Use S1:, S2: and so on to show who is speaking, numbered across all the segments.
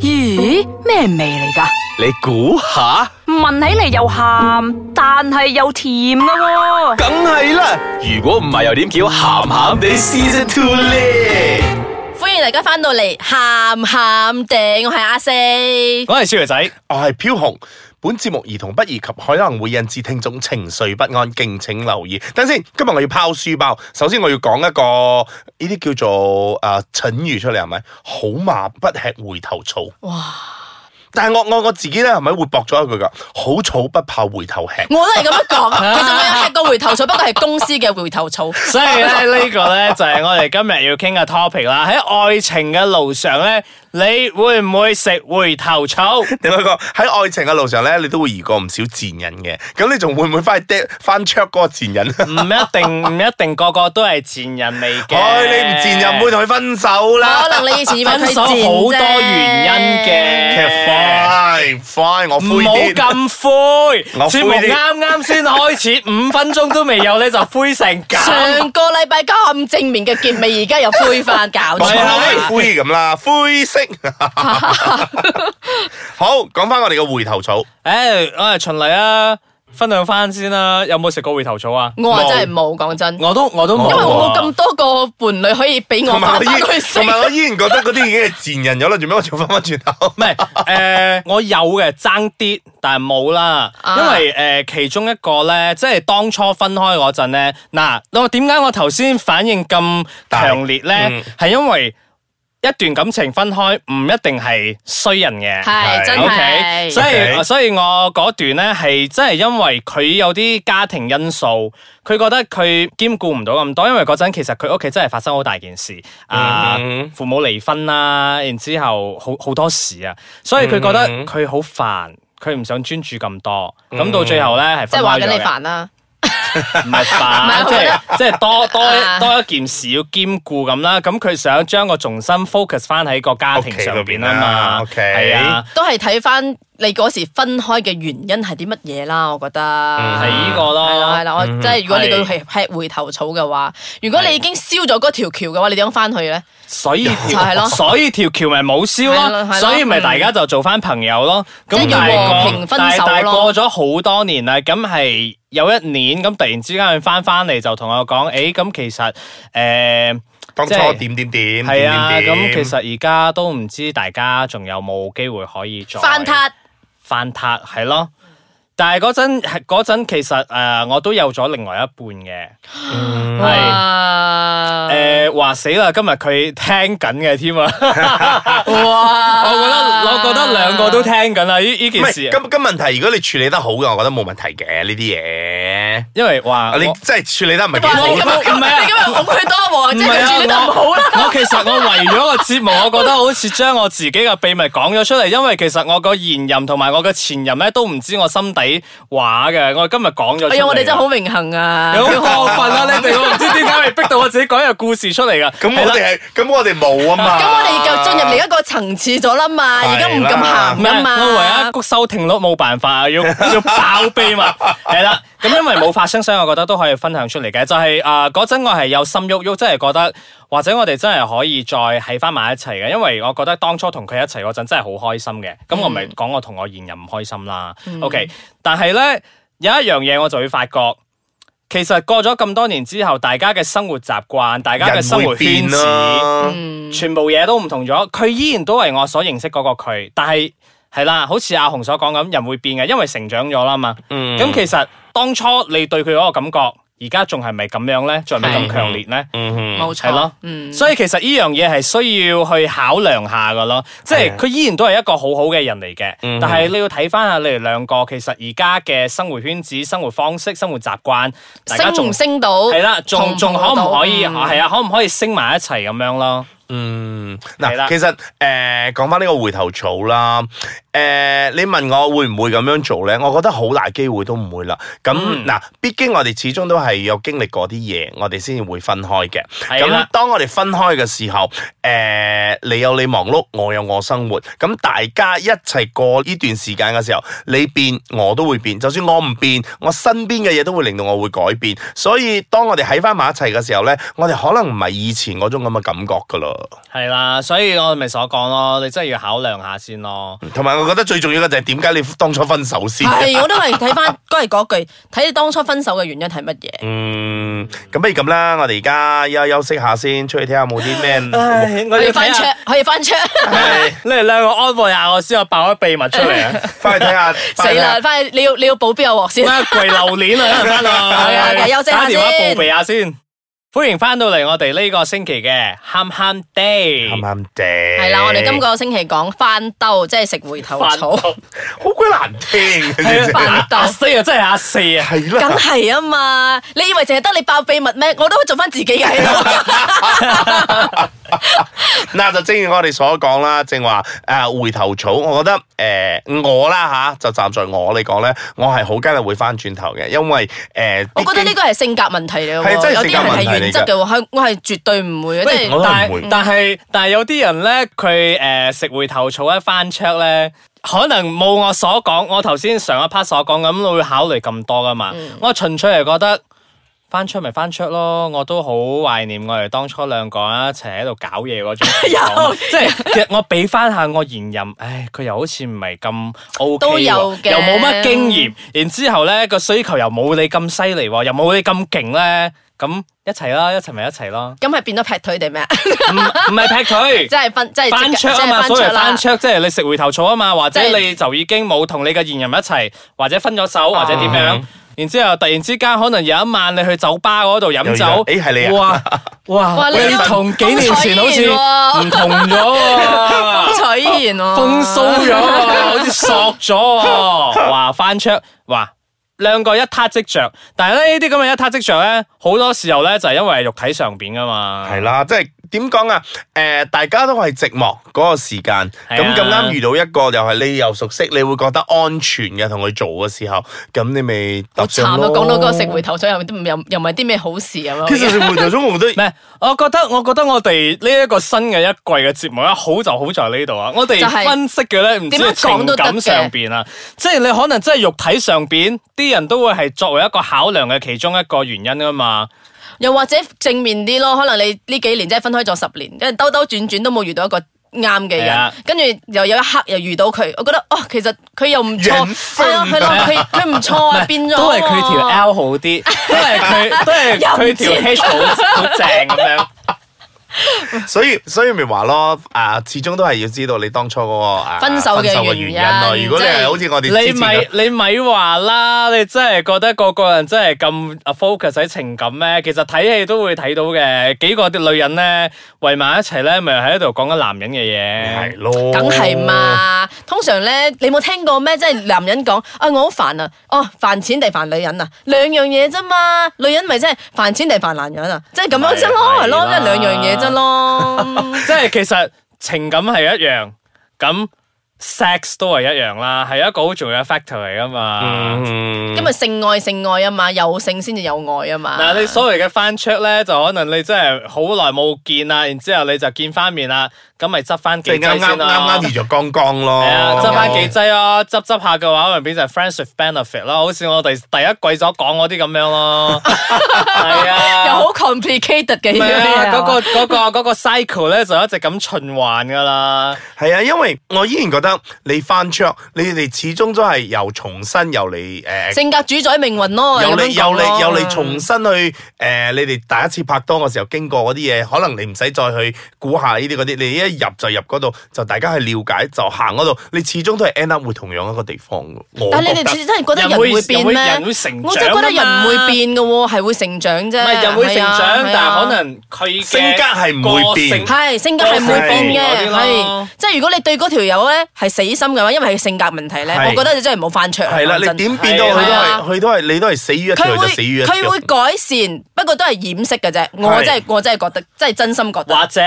S1: 咦，咩味嚟噶？
S2: 你估下，
S1: 聞起嚟又鹹，但係又甜噶喎、
S2: 梗係啦。如果唔係又點叫鹹鹹地 Season Two 咧？
S3: 歡迎大家翻到嚟，咸咸地，我係阿四。
S4: 我係小肥仔，
S2: 我係飄紅。本節目兒童不宜及可能會引致聽眾情緒不安，敬請留意。等先，今日我要拋書包。首先我要講一個呢啲叫做啊、呃、蠢語出嚟係咪？好馬不吃回頭草。哇！但係我我我自己咧係咪會駁咗一句㗎？好草不怕回頭吃。
S3: 我都係咁樣講， 其實我有吃過回頭草，不過係公司嘅回頭草。
S4: 所以咧呢個咧就係我哋今日要傾嘅 topic 啦。喺愛情嘅路上咧，你會唔會食回頭草？
S2: 另外一個喺愛情嘅路上咧，你都會遇過唔少賤人嘅。咁你仲會唔會翻去掟翻 check 嗰個賤 人？
S4: 唔一定，唔一定個個都係賤人嚟嘅。
S2: 唉、哎你唔賤人唔會同佢分手啦。
S3: 可能你以前以為佢
S4: 分
S3: 賤
S4: 手好多原因嘅。
S2: fine fine，我
S4: 唔
S2: 灰
S4: 好
S2: 啲。
S4: 咁灰，
S2: 我灰啲
S4: 節目啱啱先開始，五分鐘都未有咧就灰成咁。
S3: 上個禮拜咁正面嘅結尾，而家又灰翻搞
S2: 我
S4: 係啊
S3: 錯。
S2: 係灰咁啦，灰色。 好，講翻我哋嘅回頭草，
S4: 誒，我係循例啊，分享翻先啦。有冇食過回頭草啊？
S3: 我係真係冇講真，因
S4: 我都我都冇啊。
S3: 為我冇咁多個伴侶可以俾我
S2: 同埋
S3: 翻
S2: 我
S3: 返去
S2: 依
S3: 食
S2: 同。埋我依然覺得嗰啲已經係賤人咗啦，做咩我仲翻翻轉 頭
S4: 唔？係誒，我有嘅爭啲，但係冇啦，
S3: 啊
S4: 因為誒、呃其中一個咧，即係當初分開嗰陣咧，嗱，我點解我頭先反應咁強烈
S2: 大
S4: 咧
S2: 嗯？
S4: 係、因為一段感情分開唔一定係衰人嘅。
S3: 係真
S4: O K，所
S3: 係。
S4: 以
S2: OK
S4: 所以我嗰段咧係真係因為佢有啲家庭因素，佢覺得佢兼顧唔到咁多，因為嗰陣其實佢屋企真係發生好大件事，啊、
S2: 嗯
S4: 父母離婚啦，然之後好好多事啊，所以佢覺得
S2: 嗯
S4: 佢好煩。佢唔想專注咁多，咁到最後咧係
S3: 即
S4: 分
S3: 係話
S4: 開
S3: 緊
S4: 咗
S3: 你
S4: 嘅，
S3: 煩啦，
S4: 唔係煩，
S3: 唔係
S4: 即係即係多多
S3: 啊
S4: 多一件事要兼顧咁啦。咁佢想將個重心 focus 翻喺個家庭上邊啊嘛，
S2: 屋企裏邊啊，OK
S4: 係啊。
S3: 都係睇翻你嗰時分開嘅原因係啲乜嘢啦，我覺得
S4: 嗯係呢個咯嗯
S3: 係啦係啦，我即係如果你
S4: 係
S3: 要係吃回頭草嘅話，如果
S4: 係
S3: 你已經燒咗嗰條橋嘅話，你點樣翻去咧？
S4: 所以
S3: 就係咯
S4: 所以條橋咪冇燒
S3: 係咯係
S4: 咯，
S3: 咯
S4: 所以咪大家就做翻朋友咯。咁
S3: 即係要
S4: 但係
S3: 和
S4: 過
S3: 平分
S4: 但係
S3: 手咯
S4: 但係過咗好多年啦，咁係有一年咁突然之間佢翻翻嚟就同我講，誒咁其實誒
S2: 當初
S4: 即係
S2: 點點點，
S4: 係啊，
S2: 點點
S4: 咁
S2: 點
S4: 其實而家都唔知大家仲有冇機會可以再
S3: 翻撻
S4: 翻撻係咯。但係嗰陣嗰陣其實誒、呃我都有咗另外一半嘅，
S2: 嗯
S4: 係。
S3: 哇！
S4: 誒話死啦！今日佢聽緊嘅 添啊！
S3: 哇！
S4: 我覺得我覺得兩個都聽緊啊啦，呢呢
S2: 唔
S4: 件
S2: 係
S4: 事，
S2: 咁咁問題，如果你處理得好嘅，我覺得冇問題嘅呢啲嘢。
S4: 因為哇，
S2: 啊你
S4: 我
S2: 真係處理得唔係幾
S3: 哇！
S2: 好
S3: 你今日
S4: 我
S3: 咁
S4: 唔係啊
S3: 你今日好佢多
S4: 唔
S3: 王，即係
S4: 係
S3: 佢
S4: 啊
S3: 處理得唔好啦。
S4: 我 我其實我為咗個節目，我覺得好似將我自己嘅秘密講咗出嚟，因為其實我個現任同埋我嘅前任咧都唔知我心底話嘅，我今日講咗出嚟。
S3: 哎呀，我哋真係好榮幸啊！
S4: 你好過分啦！你哋我唔知點解會逼到我自己講一個故事出嚟噶。
S2: 咁我哋係，咁我哋冇啊嘛。
S3: 咁我哋就進入另一個層次咗啦嘛，
S2: 係啦
S3: 而家唔咁
S4: 啊唔
S3: 鹹
S4: 係
S3: 噶嘛。
S4: 我唯一谷收聽率冇辦法 啊，要要爆秘密係啦。咁因為冇發生，所以我覺得都可以分享出嚟嘅。就係啊嗰陣我係有心喐喐，真係覺得或者我哋真係可以再喺翻埋一齊嘅，因為我覺得當初同佢一齊嗰陣真係好開心嘅。咁我咪講我同我現任唔開心啦。OK，但係咧有一樣嘢我就會發覺。其實過咗咁多年之後，大家嘅生活習慣、大家嘅生活圈子，嗯
S2: 啦，
S3: 嗯
S4: 全部嘢都唔同咗，佢依然都係我所認識嗰個佢，但係係啦，好似阿紅所講咁，人會變嘅，因為成長咗啦嘛。咁、
S2: 嗯
S4: 其實當初你對佢嗰個感覺，而家仲係咪咁樣咧？仲係咪咁強烈咧？
S2: 嗯哼
S3: 冇
S4: 係
S3: 錯
S4: 咯，
S3: 嗯，
S4: 所以其實呢樣嘢係需要去考量下噶咯，即
S2: 係啊
S4: 係佢依然都係一個好好嘅人嚟嘅，
S2: 嗯
S4: 但係你要睇翻下你哋兩個其實而家嘅生活圈子、生活方式、生活習慣，大家
S3: 升
S4: 仲
S3: 唔升到？嗯
S4: 係啦，仲仲可唔可以
S3: 同步到
S4: 係啊？可唔可以升埋一齊咁樣咯？
S2: 嗯，
S4: 係
S2: 嗱，
S4: 啦
S2: 其實誒講翻呢個回頭草啦，誒、你問我會唔會咁樣做咧？我覺得好大機會都唔會啦。咁
S4: 嗯
S2: 嗱、畢竟我哋始終都係有經歷過啲嘢，我哋先至會分開嘅。
S4: 係啦
S2: 咁當我哋分開嘅時候，誒、你有你忙碌，我有我生活，咁大家一齊過呢段時間嘅時候，你變我都會變，就算我唔變，我身邊嘅嘢都會令到我會改變。所以當我哋喺翻埋一齊嘅時候咧，我哋可能唔係以前嗰種咁嘅感覺噶啦。
S4: 系啦，所以我咪所講咯，你真係要考量下先咯。
S2: 同埋我覺得最重要嘅就係點解你當初分手先。
S3: 係，我都係睇翻都係嗰句，睇你當初分手嘅原因係乜嘢。
S2: 嗯，咁不如咁啦，我哋而家休休息下先，出去睇下有冇啲咩。
S4: 我
S3: 可以翻 check，可以翻 check。
S4: 你哋兩個安慰下我先，我爆咗秘密出 嚟啊！
S2: 翻去睇下，
S3: 死啦！翻去你要你要保邊個鑊先？
S4: 咩跪榴莲啊，翻到
S3: 係啊休息下
S4: 打電話
S3: 先
S4: 報備下先。歡迎翻到嚟我哋呢個星期嘅喊喊
S2: 啱
S4: day，
S2: 啱地。係
S3: 係啦，我哋今個星期講翻兜，即係食回頭
S4: 翻
S3: 草。
S2: 好鬼難聽嘅真係，
S3: 翻兜
S4: 阿四啊，真係阿四啊！
S2: 係
S3: 梗
S2: 啦。
S3: 係啊嘛！你以為淨係得你爆秘密咩？我都做翻自己嘅喺度。
S2: 嗱，就正如我哋所講啦，正話誒回頭草，我覺得誒、呃我啦吓、就站在我嚟講咧，我係好梗係會翻轉頭嘅，因為誒，呃
S3: 我覺得呢個係性格問題嚟
S2: 係
S3: 喎，
S2: 真係
S3: 有
S2: 性
S3: 啲
S2: 格
S3: 人
S2: 問題嚟㗎
S3: 係原則嘅喎，係我係絕對唔會嘅，即
S4: 喂
S2: 我
S3: 係
S2: 都
S4: 但
S2: 唔會
S4: 啊係但係但係有啲人咧，佢誒、呃食回頭草一翻 check 咧，可能冇我所講，我頭先上一 part 所講咁，會考慮咁多噶嘛。
S3: 嗯
S4: 我純粹係覺得翻 check 咪翻 check 咯，我都好懷念我哋當初兩個啊人一齊喺度搞嘢 嗰種情況。
S3: 有
S4: 即係其實我俾翻下我現任，唉，佢又好似唔係咁 O K
S3: 都有嘅
S4: 又冇乜經驗，然之後咧個需求又冇你咁犀利喎，又冇你咁勁咧，咁一齊啦，一齊咪一齊咯。
S3: 咁係變咗劈腿定 咩啊？
S4: 唔唔係劈腿，
S3: 即係分即係
S4: 翻
S3: 即
S4: 桌
S3: 係
S4: 啊嘛，
S3: 即係
S4: 所謂
S3: 啦
S4: 翻桌即係你食回頭草啊嘛，或者
S3: 即係
S4: 你就已經冇同你嘅現任一齊，或者分咗手，
S3: 啊
S4: 或者點樣。然之後突然之間，可能有一晚你去酒吧嗰度飲酒，
S2: 又有咦係你啊
S4: 哇哇，
S3: 哇你
S4: 你
S3: 呢個
S4: 同幾年前好似唔
S3: 風
S4: 同 咗喎，
S3: 風采依然喎，
S2: 哦
S4: 風騷咗喎，好似索 咗喎，哇翻桌哇！兩個一撻即着，但係咧呢啲咁嘅一撻即着咧，好多時候咧就係因為肉體上邊噶嘛。
S2: 係啦，即係點講啊？誒、大家都係寂寞嗰個時間，
S4: 係啊
S2: 咁咁啱遇到一個又係你又熟悉，你會覺得安全嘅同佢做嘅時候，咁你咪
S3: 好
S2: 搭
S3: 慘啊！
S2: 上咯。
S3: 講到嗰個食哎回頭草又都唔又又唔係啲咩好事啊咁
S2: 其實
S3: 樣。
S2: 食回頭草 我覺得
S4: 咩？我覺得我覺得我哋呢一個新嘅一季嘅節目咧，啊好就好在呢度啊！我哋
S3: 就係
S4: 分析嘅咧，唔知
S3: 點樣
S4: 係情
S3: 講都得
S4: 感
S3: 嘅
S4: 上邊啊，即係你可能真係肉體上邊，啲人都會係作為一個考量嘅其中一個原因噶啊嘛。
S3: 又或者正面啲咯，可能你呢幾年真係分開咗十年，因為兜兜轉轉都冇遇到一個啱嘅
S4: 係啊
S3: 人，跟住又有一刻又遇到佢，我覺得哦，其實佢又唔錯，
S2: 人
S3: 係啊，佢咯佢佢唔錯啊，變咗
S4: 都係佢條 L 好啲，都係佢都係佢 條
S3: 又唔
S4: H 好好正咁樣。
S2: 所以所以咪話咯，啊，始終都係要知道你當初嗰、個啊
S3: 分手嘅
S2: 嘅
S3: 原
S2: 原因咯。
S3: 因
S2: 如果你
S3: 即
S2: 係
S3: 係
S2: 好似我哋
S4: 你
S2: 之前咁
S4: 咪你咪話啦，你真係覺得個個人真係咁啊 focus 喺情感咩？其實睇戲都會睇到嘅，幾個啲女人咧圍埋一齊咧，咪喺度講緊男人嘅嘢
S2: 係。咯，
S3: 梗係。嘛，通常咧，你冇聽過咩？即係男人講啊，我好煩啊，哦，煩錢定煩女人啊，兩樣嘢啫嘛。女人咪即係煩錢定煩男人啊，即係咁樣啫咯，
S4: 係
S3: 係咯，
S4: 係
S3: 即係兩樣嘢啫咯。
S4: 即係其實情感係一樣，咁 sex 都係一樣啦，係一個好重要嘅 factor 嚟噶嘛。
S2: 嗯
S3: 因為性愛性愛啊嘛，有性先至有愛啊嘛。
S4: 嗱，你所謂嘅翻 check 咧，就可能你真係好耐冇見啦，然之後你就見翻面啦，咁咪執翻
S2: 即
S4: 幾
S2: 係
S3: 啊
S2: 啱
S4: 劑
S2: 啱
S4: 先咯。
S2: 啱啱遇着剛剛
S3: 哦
S2: 咯，哦
S4: 系啊，執翻幾劑咯，執執下嘅話，可能變成 friends with benefit 啦，好似我哋第一季所講嗰啲咁樣 咯。係
S3: 又
S4: 啊，
S3: 好 complicated 嘅
S4: 唔係啊，
S3: 嘢
S4: 嗰個嗰個嗰個 cycle 咧就一直咁循環噶啦。
S2: 係啊，因為我依然覺得你翻桌，你哋始終都係由重新由你誒。
S3: 性格主宰命運咯，
S2: 由
S3: 咁樣講
S2: 你由
S3: 咯
S2: 你由你重新去誒、呃你哋第一次拍拖嘅時候經過嗰啲嘢，可能你唔使再去估下呢啲嗰啲，你一入就入嗰度，就大家去了解就行嗰度，你始終都係 end up 會同樣一個地方嘅。我
S3: 但係
S2: 覺
S3: 你
S2: 得
S3: 哋真係覺得人
S4: 人會
S3: 會變咩？
S4: 人會成長
S3: 我真係覺得人唔會變嘅喎，係會成長啫。
S4: 唔係人會成
S3: 係啊
S4: 長，
S3: 係啊
S4: 但係可能佢嘅
S2: 性格係唔會變
S4: 個性
S3: 係性格係唔會變嘅，
S4: 個性嗰啲
S3: 係
S4: 咯
S3: 即係如果你對嗰條友咧係死心嘅話，因為係性格問題咧，
S2: 係
S3: 我覺得你真係冇翻牆。
S2: 係啦，
S3: 講真
S2: 你點變到佢都
S3: 係啊
S2: 係佢都係你都係死於一條
S3: 佢
S2: 就
S3: 會
S2: 死於一條。
S3: 佢會改善，不過都係掩飾嘅啫。我真係我真係覺得，真係真心覺得。
S4: 或者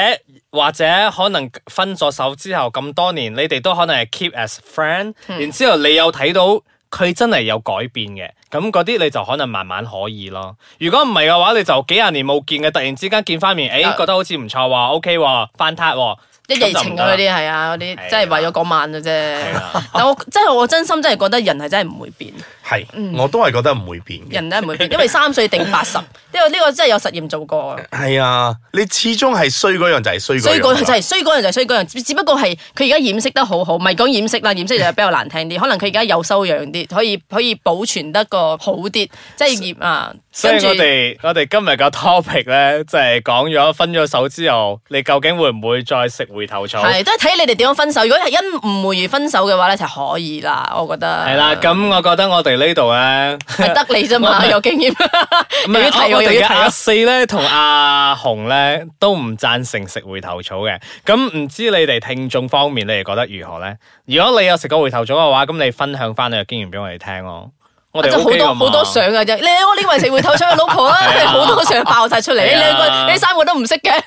S4: 或者可能分咗手之後咁多年，你哋都可能係 keep as friend，、然
S3: 嗯
S4: 之後你有睇到佢真係有改變嘅，咁嗰啲你就可能慢慢可以咯。如果唔係嘅話，你就幾廿年冇見嘅，突然之間見翻面，誒、
S3: 啊
S4: 覺得好似唔錯喎，OK 喎，翻撻喎，
S3: 一夜情啊嗰
S4: 咁就唔得啦。
S3: 啲係啊，嗰
S4: 係啊
S3: 啲真係為咗嗰晚嘅啫
S4: 啊。
S3: 但我真係我真心真係覺得人係真係唔會變，嗯
S2: 係，我都係覺得唔會變嘅。
S3: 人咧唔會變，因為三歲定八十，呢個呢個真係有實驗做過 啊。
S2: 係啊，你始終係衰嗰樣就係衰嗰樣
S3: 衰嗰
S2: 啦。啊
S4: 啊
S3: 樣就係衰嗰樣就係衰嗰樣，只只不過係佢而家掩飾得好好，唔係講掩飾啦，掩飾就係比較難 聽啲。可能佢而家有修養啲，可以可以保存得個好啲，即係掩啊。
S4: 所以
S3: 跟住
S4: 我哋我哋今日嘅 topic 咧，就係講咗分咗手之後，你究竟會唔會再食回頭草？
S3: 係都係睇你哋點樣分手。如果係因誤會而分手嘅話咧，就可以啦，我覺得。
S4: 係啦，咁我覺得我哋呢度咧。
S3: 係得你啫嘛，有經驗。
S4: 唔
S3: 又要
S4: 係
S3: 提
S4: 啊我
S3: 我，
S4: 我
S3: 又
S4: 哋嘅
S3: 要提
S4: 阿
S3: 我。
S4: 四咧同阿紅咧都唔贊成食回頭草嘅，咁唔知你哋聽眾方面你哋覺得如何咧？如果你有食過回頭草嘅話，咁你分享翻你嘅經驗俾我哋聽咯。我哋
S3: 就啊好
S4: OK 㗎
S3: 多
S4: 嘛
S3: 好多相嘅啫，你我呢個係食回頭草嘅老婆啊，
S4: 係啊
S3: 好多相爆晒出嚟，
S4: 係啊啊
S3: 你兩個你三個都唔識嘅。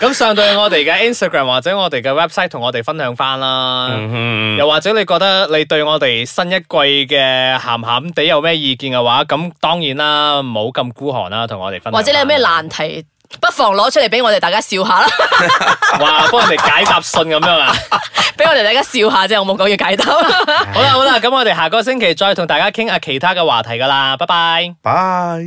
S4: 咁上到我哋嘅 Instagram 或者我哋嘅 website 同我哋分享翻啦。
S2: 嗯
S4: 又或者你覺得你對我哋新一季嘅鹹鹹地有咩意見嘅話，咁當然啦，唔好咁孤寒啦，同我哋分享
S3: 或者你有咩
S4: 啦
S3: 難題，不妨攞出嚟俾我哋大家笑下啦，
S4: 哇，幫人哋解答信咁樣啊！
S3: 俾我哋大家笑下啫，我冇講要解答。
S4: 好啦好啦，咁我哋下個星期再同大家傾下其他嘅話題噶啦，拜拜。
S2: 拜。